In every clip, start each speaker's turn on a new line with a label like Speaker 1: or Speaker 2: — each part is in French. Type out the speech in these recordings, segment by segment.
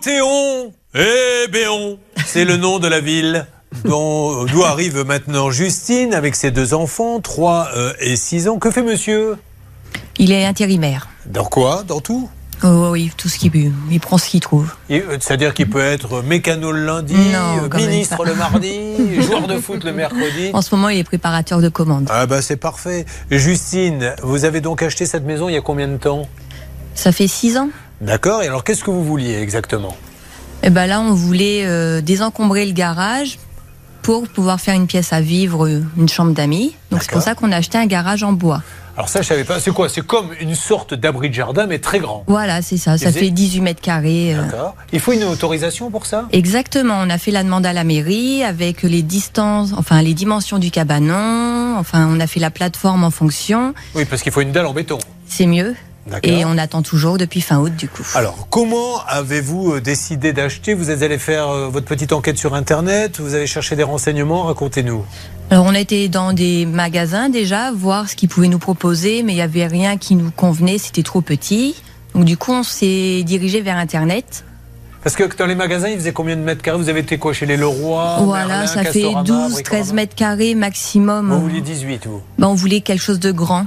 Speaker 1: Théon et Béon. Eh ben C'est le nom de la ville dont- euh, d'où arrive maintenant Justine avec ses deux enfants, 3 et 6 ans. Que fait monsieur
Speaker 2: Il est intérimaire.
Speaker 1: Dans quoi Dans tout
Speaker 2: Oh, oui, tout ce qu'il bu. Il prend ce qu'il trouve.
Speaker 1: Et, euh, C'est-à-dire qu'il peut être mécano le lundi,
Speaker 2: Non,
Speaker 1: euh,
Speaker 2: quand même
Speaker 1: ministre
Speaker 2: pas.
Speaker 1: le mardi, joueur de foot le mercredi.
Speaker 2: En ce moment, il est préparateur de commandes.
Speaker 1: Ah bah c'est parfait. Justine, vous avez donc acheté cette maison il y a combien de temps
Speaker 2: Ça fait six ans.
Speaker 1: D'accord, et alors qu'est-ce que vous vouliez exactement
Speaker 2: Et ben là, on voulait euh, désencombrer le garage pour pouvoir faire une pièce à vivre, euh, une chambre d'amis. Donc c'est
Speaker 1: D'accord.
Speaker 2: pour ça qu'on a acheté un garage en bois.
Speaker 1: Alors ça je savais pas, c'est quoi C'est comme une sorte d'abri de jardin mais très grand.
Speaker 2: Voilà, c'est ça. Ça
Speaker 1: Et vous
Speaker 2: fait
Speaker 1: êtes-
Speaker 2: 18 mètres carrés. euh.
Speaker 1: D'accord. Il faut une autorisation pour ça
Speaker 2: Exactement, on a fait la demande à la mairie avec les distances, enfin les dimensions du cabanon, enfin on a fait la plateforme en fonction,
Speaker 1: Oui, parce qu'il faut une dalle en béton.
Speaker 2: c'est mieux.
Speaker 1: D'accord.
Speaker 2: Et on attend toujours depuis fin août du coup.
Speaker 1: Alors, comment avez-vous euh, décidé d'acheter Vous êtes allé faire euh, votre petite enquête sur Internet Vous avez cherché des renseignements Racontez-nous.
Speaker 2: Alors Euh, on a été dans des magasins déjà, voir ce qu'ils pouvaient nous proposer, mais il n'y avait rien qui nous convenait, c'était trop petit. Donc du coup on s'est dirigé vers Internet.
Speaker 1: Parce que dans les magasins, ils faisaient combien de mètres carrés Vous avez été quoi Chez les Leroy
Speaker 2: voilà,
Speaker 1: Merlin,
Speaker 2: ça fait
Speaker 1: Castorama,
Speaker 2: 12,
Speaker 1: Bricorama
Speaker 2: 13 mètres carrés maximum.
Speaker 1: Vous vouliez 18, vous
Speaker 2: Ben, on voulait quelque chose de grand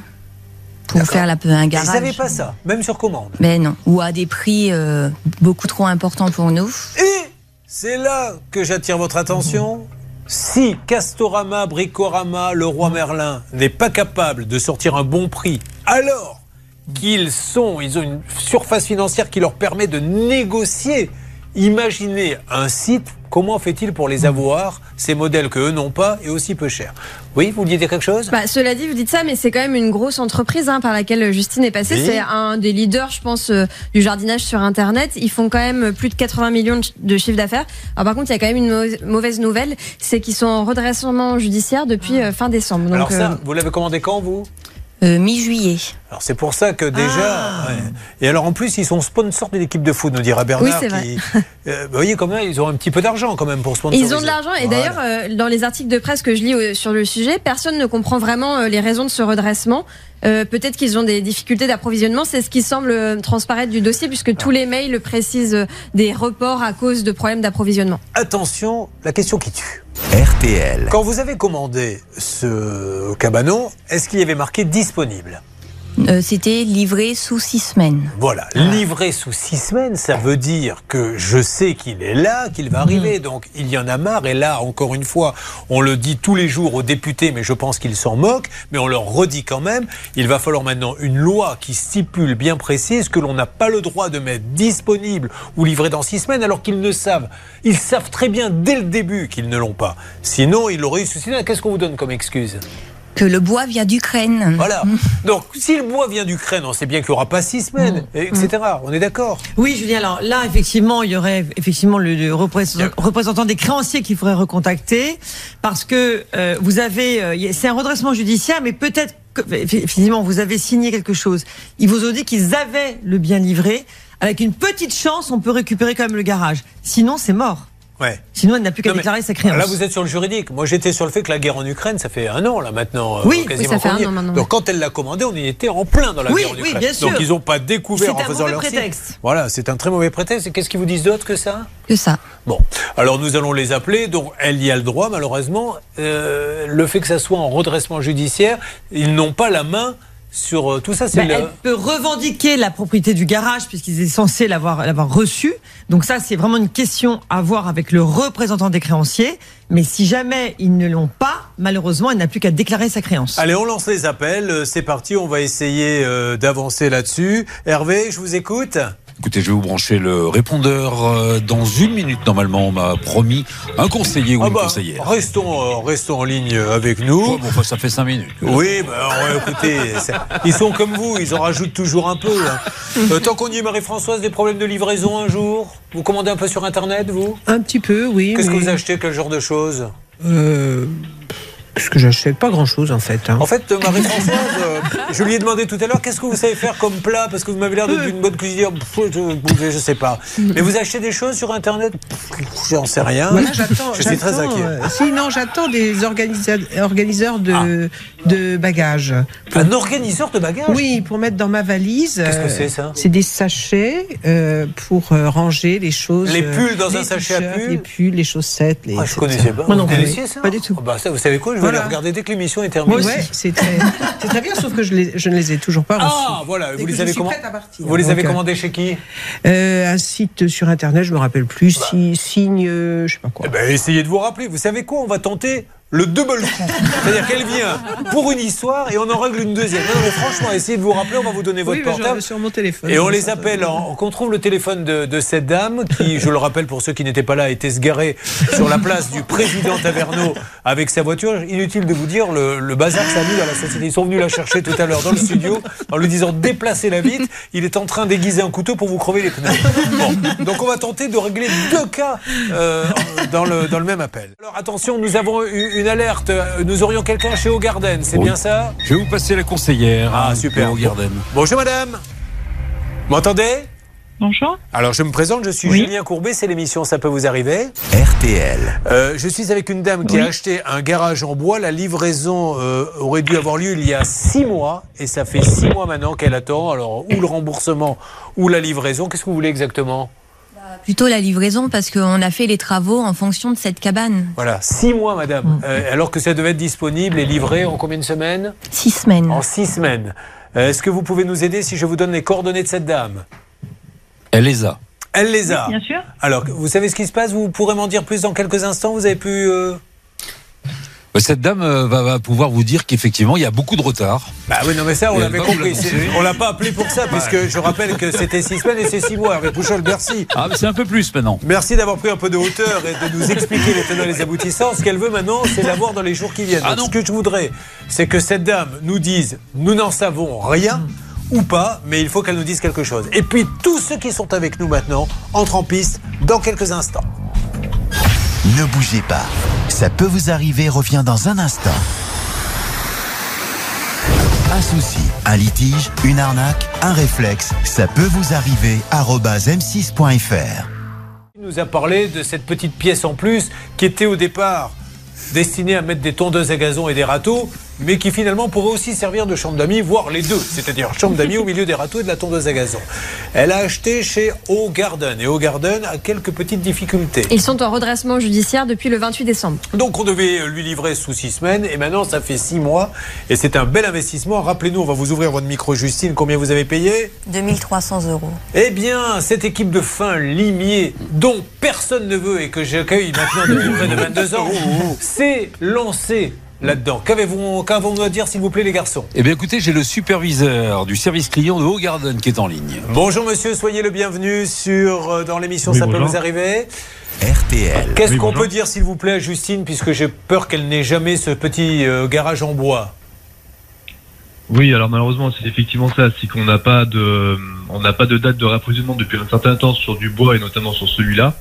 Speaker 2: pour
Speaker 1: D'accord.
Speaker 2: faire la, un
Speaker 1: Ils
Speaker 2: garage.
Speaker 1: n'avaient pas ça, même sur commande.
Speaker 2: Mais non, ou à des prix euh, beaucoup trop importants pour nous.
Speaker 1: Et c'est là que j'attire votre attention. Si Castorama, Bricorama, le roi Merlin n'est pas capable de sortir un bon prix, alors qu'ils sont, ils ont une surface financière qui leur permet de négocier. Imaginez un site, comment fait-il pour les avoir, ces modèles que eux n'ont pas et aussi peu chers Oui, vous vouliez dire quelque chose
Speaker 3: Bah, cela dit, vous dites ça, mais c'est quand même une grosse entreprise hein, par laquelle Justine est passée.
Speaker 1: Oui.
Speaker 3: C'est un des leaders, je pense, euh, du jardinage sur Internet. Ils font quand même euh, plus de 80 millions de chi- de chiffre d'affaires. Alors par contre, il y a quand même une mau- mauvaise nouvelle, c'est qu'ils sont en redressement judiciaire depuis euh, fin décembre. Donc,
Speaker 1: Alors
Speaker 3: euh,
Speaker 1: ça, vous l'avez commandé quand, vous
Speaker 2: Euh, Mi-juillet.
Speaker 1: Alors c'est pour ça que
Speaker 3: Ah.
Speaker 1: déjà. ouais. Et alors en plus, ils sont sponsors de l'équipe de foot, nous dira Bernard.
Speaker 3: Oui, c'est
Speaker 1: qui- Euh, vous voyez, quand même, ils ont un petit peu d'argent quand même pour sponsoriser.
Speaker 3: Ils ont de l'argent et
Speaker 1: Voilà.
Speaker 3: d'ailleurs euh, dans les articles de presse que je lis euh, sur le sujet, personne ne comprend vraiment euh, les raisons de ce redressement. Euh, Peut-être qu'ils ont des difficultés d'approvisionnement, c'est ce qui semble euh, transparaître du dossier
Speaker 1: Ah.
Speaker 3: puisque tous les mails le précisent euh, des reports à cause de problèmes d'approvisionnement.
Speaker 1: Attention, la question qui tue.
Speaker 4: RTL.
Speaker 1: Quand vous avez commandé ce cabanon, est-ce qu'il y avait marqué disponible
Speaker 2: Euh, C'était livré sous six semaines.
Speaker 1: Voilà, livré sous six semaines, ça veut dire que je sais qu'il est là, qu'il va arriver. Donc il y en a marre. Et là, encore une fois, on le dit tous les jours aux députés, mais je pense qu'ils s'en moquent. Mais on leur redit quand même, il va falloir maintenant une loi qui stipule bien précise que l'on n'a pas le droit de mettre disponible ou livré dans six semaines, alors qu'ils ne savent. Ils savent très bien dès le début qu'ils ne l'ont pas. Sinon, ils l'auraient eu sous six semaines. Qu'est-ce qu'on vous donne comme excuse
Speaker 2: Que le bois vient d'Ukraine.
Speaker 1: voilà. Donc, si le bois vient d'Ukraine, on sait bien qu'il n'y aura pas six semaines, etc. On est d'accord
Speaker 5: Oui, Julien, alors là, effectivement, il y aurait effectivement le, le représ- représentant des créanciers qu'il faudrait recontacter parce que euh, vous avez, euh, il y a- c'est un redressement judiciaire, mais peut-être que, eff- finalement, vous avez signé quelque chose. Ils vous ont dit qu'ils avaient le bien livré. Avec une petite chance, on peut récupérer quand même le garage. Sinon, c'est mort.
Speaker 1: Ouais.
Speaker 5: Sinon, elle n'a plus qu'à
Speaker 1: Non, mais
Speaker 5: déclarer sa créance.
Speaker 1: Là, vous êtes sur le juridique. Moi, j'étais sur le fait que la guerre en Ukraine, ça fait un an, là, maintenant. euh,
Speaker 5: Oui, oui,
Speaker 1: quasiment
Speaker 3: ça fait
Speaker 1: qu'on y
Speaker 3: un
Speaker 1: est.
Speaker 3: an maintenant,
Speaker 1: Donc, quand elle l'a commandé, on y était en plein dans la
Speaker 5: Oui,
Speaker 1: guerre en
Speaker 5: oui,
Speaker 1: Ukraine.
Speaker 5: bien sûr.
Speaker 1: Donc, ils n'ont pas découvert
Speaker 5: C'est
Speaker 1: en
Speaker 5: un
Speaker 1: faisant
Speaker 5: mauvais
Speaker 1: leur site.
Speaker 5: prétexte.
Speaker 1: Voilà, c'est un très mauvais prétexte. Et qu'est-ce qu'ils vous disent d'autre que ça
Speaker 2: Que ça.
Speaker 1: Bon, alors nous allons les appeler. Donc elle y a le droit, malheureusement. Euh, le fait que ça soit en redressement judiciaire, ils n'ont pas la main sur euh, tout ça. C'est
Speaker 5: Bah,
Speaker 1: le-
Speaker 5: Elle peut revendiquer la propriété du garage puisqu'ils étaient censés l'avoir l'avoir reçu. Donc ça, c'est vraiment une question à voir avec le représentant des créanciers. Mais si jamais ils ne l'ont pas, malheureusement, elle n'a plus qu'à déclarer sa créance.
Speaker 6: Ah.
Speaker 1: Allez, on lance les appels. Euh, C'est parti. On va essayer euh, d'avancer là-dessus. Hervé, je vous écoute.
Speaker 4: Écoutez, je vais vous brancher le répondeur euh, dans une minute. Normalement, on m'a promis un conseiller ou
Speaker 1: Ah
Speaker 4: une
Speaker 1: bah,
Speaker 4: conseillère.
Speaker 1: restons, euh, restons en ligne euh, avec
Speaker 4: Ouais,
Speaker 1: nous.
Speaker 4: bon, enfin, ça fait cinq minutes.
Speaker 1: Oui, bah, alors, ouais, écoutez, ça- ils sont comme vous, ils en rajoutent toujours un peu. hein. Euh, tant qu'on y est, Marie-Françoise, des problèmes de livraison un jour Vous commandez un peu sur Internet, vous
Speaker 7: Un petit peu, oui.
Speaker 1: Qu'est-ce que
Speaker 7: mais,
Speaker 1: vous achetez Quel genre de choses
Speaker 7: euh, Parce que j'achète pas grand-chose en fait. hein.
Speaker 1: En fait, euh, Marie-Françoise, euh, je lui ai demandé tout à l'heure qu'est-ce que vous savez faire comme plat Parce que vous m'avez l'air d'être une bonne cuisinière. Pff, Je, je sais pas. Mais vous achetez des choses sur Internet Pff, J'en sais rien.
Speaker 7: Voilà, j'attends-
Speaker 1: je suis très
Speaker 7: j'attends,
Speaker 1: inquiet. Ah.
Speaker 7: euh, si, non, j'attends des organisa- organiseurs de, de bagages.
Speaker 1: Un organiseur de bagages
Speaker 7: Oui, pour mettre dans ma valise.
Speaker 1: Qu'est-ce que
Speaker 7: euh,
Speaker 1: c'est, ça
Speaker 7: C'est des sachets euh, pour euh, ranger les choses.
Speaker 1: Les
Speaker 7: euh,
Speaker 1: pulls dans
Speaker 7: les
Speaker 1: un sachet à
Speaker 7: t-shirts,
Speaker 1: pulls
Speaker 7: Les pulls, les chaussettes. Les,
Speaker 1: Ah, je
Speaker 7: etc.
Speaker 1: connaissais pas.
Speaker 7: Moi non
Speaker 1: Vous
Speaker 7: plus.
Speaker 1: connaissiez ça
Speaker 7: Pas du tout.
Speaker 1: Ah bah ça, vous savez quoi Je vais
Speaker 7: Voilà.
Speaker 1: aller regarder dès que l'émission est
Speaker 7: Moi
Speaker 1: terminée.
Speaker 7: ouais, c'est très, c'est très bien, sauf que je, les- je ne les ai toujours pas
Speaker 1: Ah,
Speaker 7: reçus.
Speaker 1: voilà.
Speaker 7: Et
Speaker 1: Vous
Speaker 7: que
Speaker 1: les
Speaker 7: je
Speaker 1: avez,
Speaker 7: suis
Speaker 1: commen-
Speaker 7: prête à partir.
Speaker 1: vous les
Speaker 7: Donc,
Speaker 1: avez
Speaker 7: euh,
Speaker 1: commandés chez qui
Speaker 7: Euh, un site sur internet, je me rappelle plus, si, signe, euh, je sais pas quoi.
Speaker 1: Eh ben, essayez de vous rappeler. Vous savez quoi On va tenter le double coup. C'est-à-dire qu'elle vient pour une histoire et on en règle une deuxième. Non, non, mais franchement, essayez de vous rappeler. On va vous donner votre
Speaker 7: oui, mais je
Speaker 1: portable.
Speaker 7: l'avais sur mon téléphone.
Speaker 1: Et on les appelle, en- qu'on trouve le téléphone de, de cette dame qui, je le rappelle pour ceux qui n'étaient pas là, était garée sur la place du président Taverneau avec sa voiture. Inutile de vous dire le, le bazar que ça a mis dans la société. Ils sont venus la chercher tout à l'heure dans le studio en lui disant déplacez-la vite. Il est en train d'aiguiser un couteau pour vous crever les pneus. Bon, donc on va tenter de régler deux cas euh, dans, le, dans le même appel. Alors attention, nous avons eu une alerte. Nous aurions quelqu'un chez O'Garden, c'est
Speaker 4: Oui.
Speaker 1: bien ça
Speaker 4: Je vais vous passer la conseillère.
Speaker 1: Ah,
Speaker 4: hein,
Speaker 1: super.
Speaker 4: au Garden.
Speaker 1: Bonjour madame. M'entendez
Speaker 8: Bonjour.
Speaker 1: Alors je me présente, je suis
Speaker 8: Oui.
Speaker 1: Julien Courbet, c'est l'émission Ça peut vous arriver.
Speaker 9: RTL.
Speaker 1: Euh, je suis avec une dame qui a acheté un garage en bois. La livraison euh, aurait dû avoir lieu il y a six mois et ça fait six mois maintenant qu'elle attend. Alors ou le remboursement ou la livraison, qu'est-ce que vous voulez exactement
Speaker 2: Plutôt la livraison parce qu'on a fait les travaux en fonction de cette cabane.
Speaker 1: Voilà, six mois
Speaker 8: Mm.
Speaker 1: madame. Euh, alors que ça devait être disponible et livré en combien de semaines
Speaker 2: Six semaines.
Speaker 1: En six semaines. Euh, Est-ce que vous pouvez nous aider si je vous donne les coordonnées de cette dame
Speaker 4: Elle les a.
Speaker 1: Elle les a.
Speaker 8: Bien sûr.
Speaker 1: Alors vous savez ce qui se passe Vous pourrez m'en dire plus dans quelques instants. Vous avez pu... euh,
Speaker 4: Cette dame euh, va, va pouvoir vous dire qu'effectivement, il y a beaucoup de retard.
Speaker 1: Bah oui, non, mais ça, on
Speaker 4: Et
Speaker 1: l'avait
Speaker 4: elle va vous
Speaker 1: compris.
Speaker 4: l'annoncer.
Speaker 1: C'est- On l'a pas appelé pour ça, puisque je rappelle que c'était six semaines et c'est six mois. Hervé Pouchol, merci.
Speaker 4: Ah, mais c'est un peu plus maintenant.
Speaker 1: Merci d'avoir pris un peu de hauteur et de nous expliquer les tenants et les aboutissants. Ce qu'elle veut maintenant, c'est l'avoir dans les jours qui viennent.
Speaker 4: Ah
Speaker 1: Donc,
Speaker 4: non.
Speaker 1: ce que je voudrais, c'est que cette dame nous dise nous n'en savons rien ou pas, mais il faut qu'elle nous dise quelque chose. Et puis, tous ceux qui sont avec nous maintenant entrent en piste dans quelques instants.
Speaker 9: Ne bougez pas. Ça peut vous arriver, reviens dans un instant. Un souci, un litige, une arnaque, un réflexe, ça peut vous arriver. arobase @m6.fr.
Speaker 1: Il nous a parlé de cette petite pièce en plus qui était au départ destinée à mettre des tondeuses à gazon et des râteaux, mais qui finalement pourrait aussi servir de chambre d'amis, voire les deux, c'est-à-dire chambre d'amis au milieu des râteaux et de la tondeuse à gazon. Elle a acheté chez O'Garden et O'Garden a quelques petites difficultés.
Speaker 3: Ils sont en redressement judiciaire depuis le 28 décembre.
Speaker 1: Donc on devait lui livrer sous six semaines et maintenant ça fait six mois et c'est un bel investissement. Rappelez-nous, on va vous ouvrir votre micro Justine, combien vous avez payé
Speaker 2: 2300 euros.
Speaker 1: Eh bien, cette équipe de fin limier, dont personne ne veut et que j'accueille maintenant depuis près de 22 ans, s'est lancée là-dedans. Qu'avez-vous qu'avons-nous à dire, s'il vous plaît, les garçons
Speaker 4: Eh bien, écoutez, j'ai le superviseur du service client de Haut Garden qui est en ligne.
Speaker 1: Bonjour, monsieur, soyez le bienvenu sur, euh, dans l'émission
Speaker 6: Oui,
Speaker 1: Ça peut
Speaker 6: bonjour.
Speaker 1: vous arriver.
Speaker 9: RTL.
Speaker 1: Qu'est-ce
Speaker 6: Oui,
Speaker 1: qu'on
Speaker 6: bonjour.
Speaker 1: peut dire, s'il vous plaît, à Justine, puisque j'ai peur qu'elle n'ait jamais ce petit euh, garage en bois
Speaker 6: Oui, alors malheureusement, c'est effectivement ça, c'est qu'on n'a pas de, on n'a pas de date de rapprovisionnement depuis un certain temps sur du bois et notamment sur celui-là.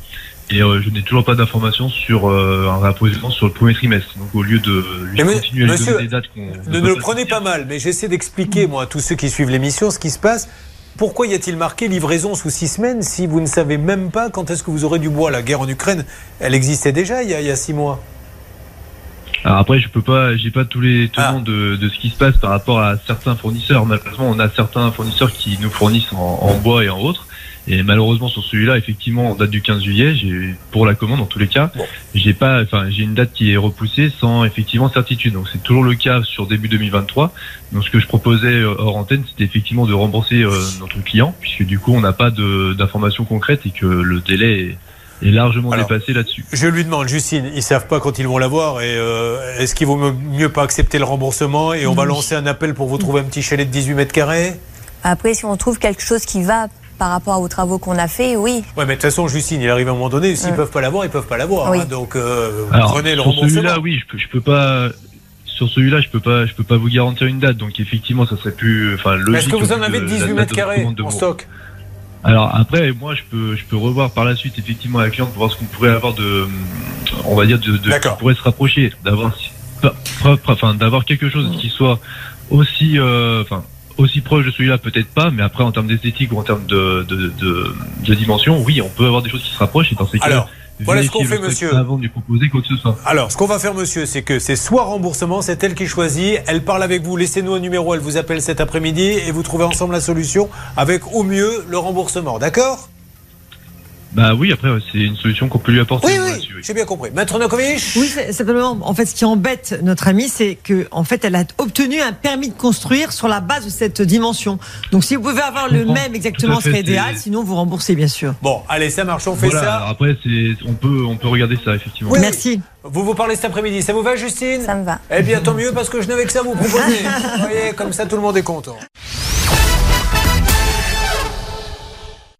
Speaker 6: Et euh, je n'ai toujours pas d'informations sur euh, un rapprovisionnement sur le premier trimestre. Donc au lieu de lui
Speaker 1: Mais mais-
Speaker 6: continuer à lui
Speaker 1: monsieur,
Speaker 6: donner des dates qu'on
Speaker 1: Ne,
Speaker 6: on
Speaker 1: ne
Speaker 6: peut
Speaker 1: le prenez pas mal, mais j'essaie d'expliquer, moi, à tous ceux qui suivent l'émission, ce qui se passe. Pourquoi y a-t-il marqué livraison sous six semaines si vous ne savez même pas quand est-ce que vous aurez du bois La guerre en Ukraine, elle existait déjà il y a, il y a six mois.
Speaker 6: Alors après, je peux pas, j'ai pas tous les tenants
Speaker 1: Ah.
Speaker 6: de, de ce qui se passe par rapport à certains fournisseurs. Malheureusement, on a certains fournisseurs qui nous fournissent en, en bois et en autres. Et malheureusement, sur celui-là, effectivement, on date du 15 juillet. J'ai pour la commande, en tous les cas,
Speaker 1: Bon.
Speaker 6: j'ai pas, enfin, j'ai une date qui est repoussée sans effectivement certitude. Donc c'est toujours le cas sur début 2023. Donc ce que je proposais euh, hors antenne, c'était effectivement de rembourser euh, notre client, puisque du coup, on n'a pas de- d'informations concrètes et que le délai est, est largement
Speaker 1: Alors,
Speaker 6: dépassé là-dessus.
Speaker 1: Je lui demande, Justine, ils savent pas quand ils vont l'avoir et euh, est-ce qu'il vaut mieux- mieux pas accepter le remboursement et on va lancer un appel pour vous trouver un petit chalet de 18 mètres carrés
Speaker 10: Après, si on trouve quelque chose qui va par rapport aux travaux qu'on a fait, oui.
Speaker 1: Ouais, mais de toute façon, Justine, il arrive à un moment donné, s'ils
Speaker 10: Mm.
Speaker 1: peuvent pas l'avoir, ils peuvent pas l'avoir.
Speaker 10: Oui.
Speaker 1: hein. donc euh,
Speaker 6: Alors,
Speaker 1: prenez le
Speaker 6: sur
Speaker 1: remboursement.
Speaker 6: celui-là, oui, je peux, je peux pas. Sur celui-là, je peux pas, je peux pas vous garantir une date. Donc effectivement, ça serait plus, enfin logique.
Speaker 1: Est-ce que
Speaker 6: au
Speaker 1: vous
Speaker 6: vu
Speaker 1: en avez
Speaker 6: de
Speaker 1: de
Speaker 6: la
Speaker 1: 18
Speaker 6: date
Speaker 1: mètres
Speaker 6: de
Speaker 1: carrés
Speaker 6: commande de
Speaker 1: en
Speaker 6: mon-
Speaker 1: stock
Speaker 6: Alors après, moi, je peux, je peux revoir par la suite effectivement avec la cliente pour voir ce qu'on pourrait avoir de, on va dire de, de
Speaker 1: D'accord.
Speaker 6: qui pourrait se rapprocher, d'avoir, si- pas- pas- pas- enfin d'avoir quelque chose
Speaker 1: Mmh.
Speaker 6: qui soit aussi, euh, enfin. aussi proche de celui-là, peut-être pas, mais après, en termes d'esthétique ou en termes de, de, de, de dimension, oui, on peut avoir des choses qui se rapprochent, et dans ces cas
Speaker 1: Alors, Voilà ce qu'on
Speaker 6: vérifier
Speaker 1: fait,
Speaker 6: le texte
Speaker 1: monsieur.
Speaker 6: Avant de lui proposer quoi que ce soit.
Speaker 1: Alors, ce qu'on va faire, monsieur, c'est que c'est soit remboursement, c'est elle qui choisit, elle parle avec vous, laissez-nous un numéro, elle vous appelle cet après-midi et vous trouvez ensemble la solution avec au mieux le remboursement, d'accord
Speaker 6: Bah oui, après, ouais, c'est une solution qu'on peut lui apporter.
Speaker 1: Oui,
Speaker 6: moi,
Speaker 1: oui,
Speaker 6: là-dessus, oui.
Speaker 1: j'ai bien compris. Maître Nokovic
Speaker 5: Oui, c'est- simplement, en fait, ce qui embête notre amie, c'est que, en fait, elle a obtenu un permis de construire sur la base de cette dimension. Donc, si vous pouvez avoir
Speaker 6: Je
Speaker 5: le
Speaker 6: comprends.
Speaker 5: même exactement,
Speaker 6: Tout à
Speaker 5: ce serait
Speaker 6: fait,
Speaker 5: idéal.
Speaker 6: c'est-
Speaker 5: Sinon, vous remboursez, bien sûr.
Speaker 1: Bon, allez, ça marche, on fait
Speaker 6: Voilà, alors
Speaker 1: ça.
Speaker 6: après, c'est, on peut, on peut regarder ça, effectivement.
Speaker 1: Oui.
Speaker 5: Merci.
Speaker 1: Vous vous parlez cet après-midi, ça vous va, Justine
Speaker 10: Ça me va.
Speaker 1: Eh bien, tant mieux parce que je n'avais que ça à vous proposer. vous voyez, comme ça, tout le monde est content.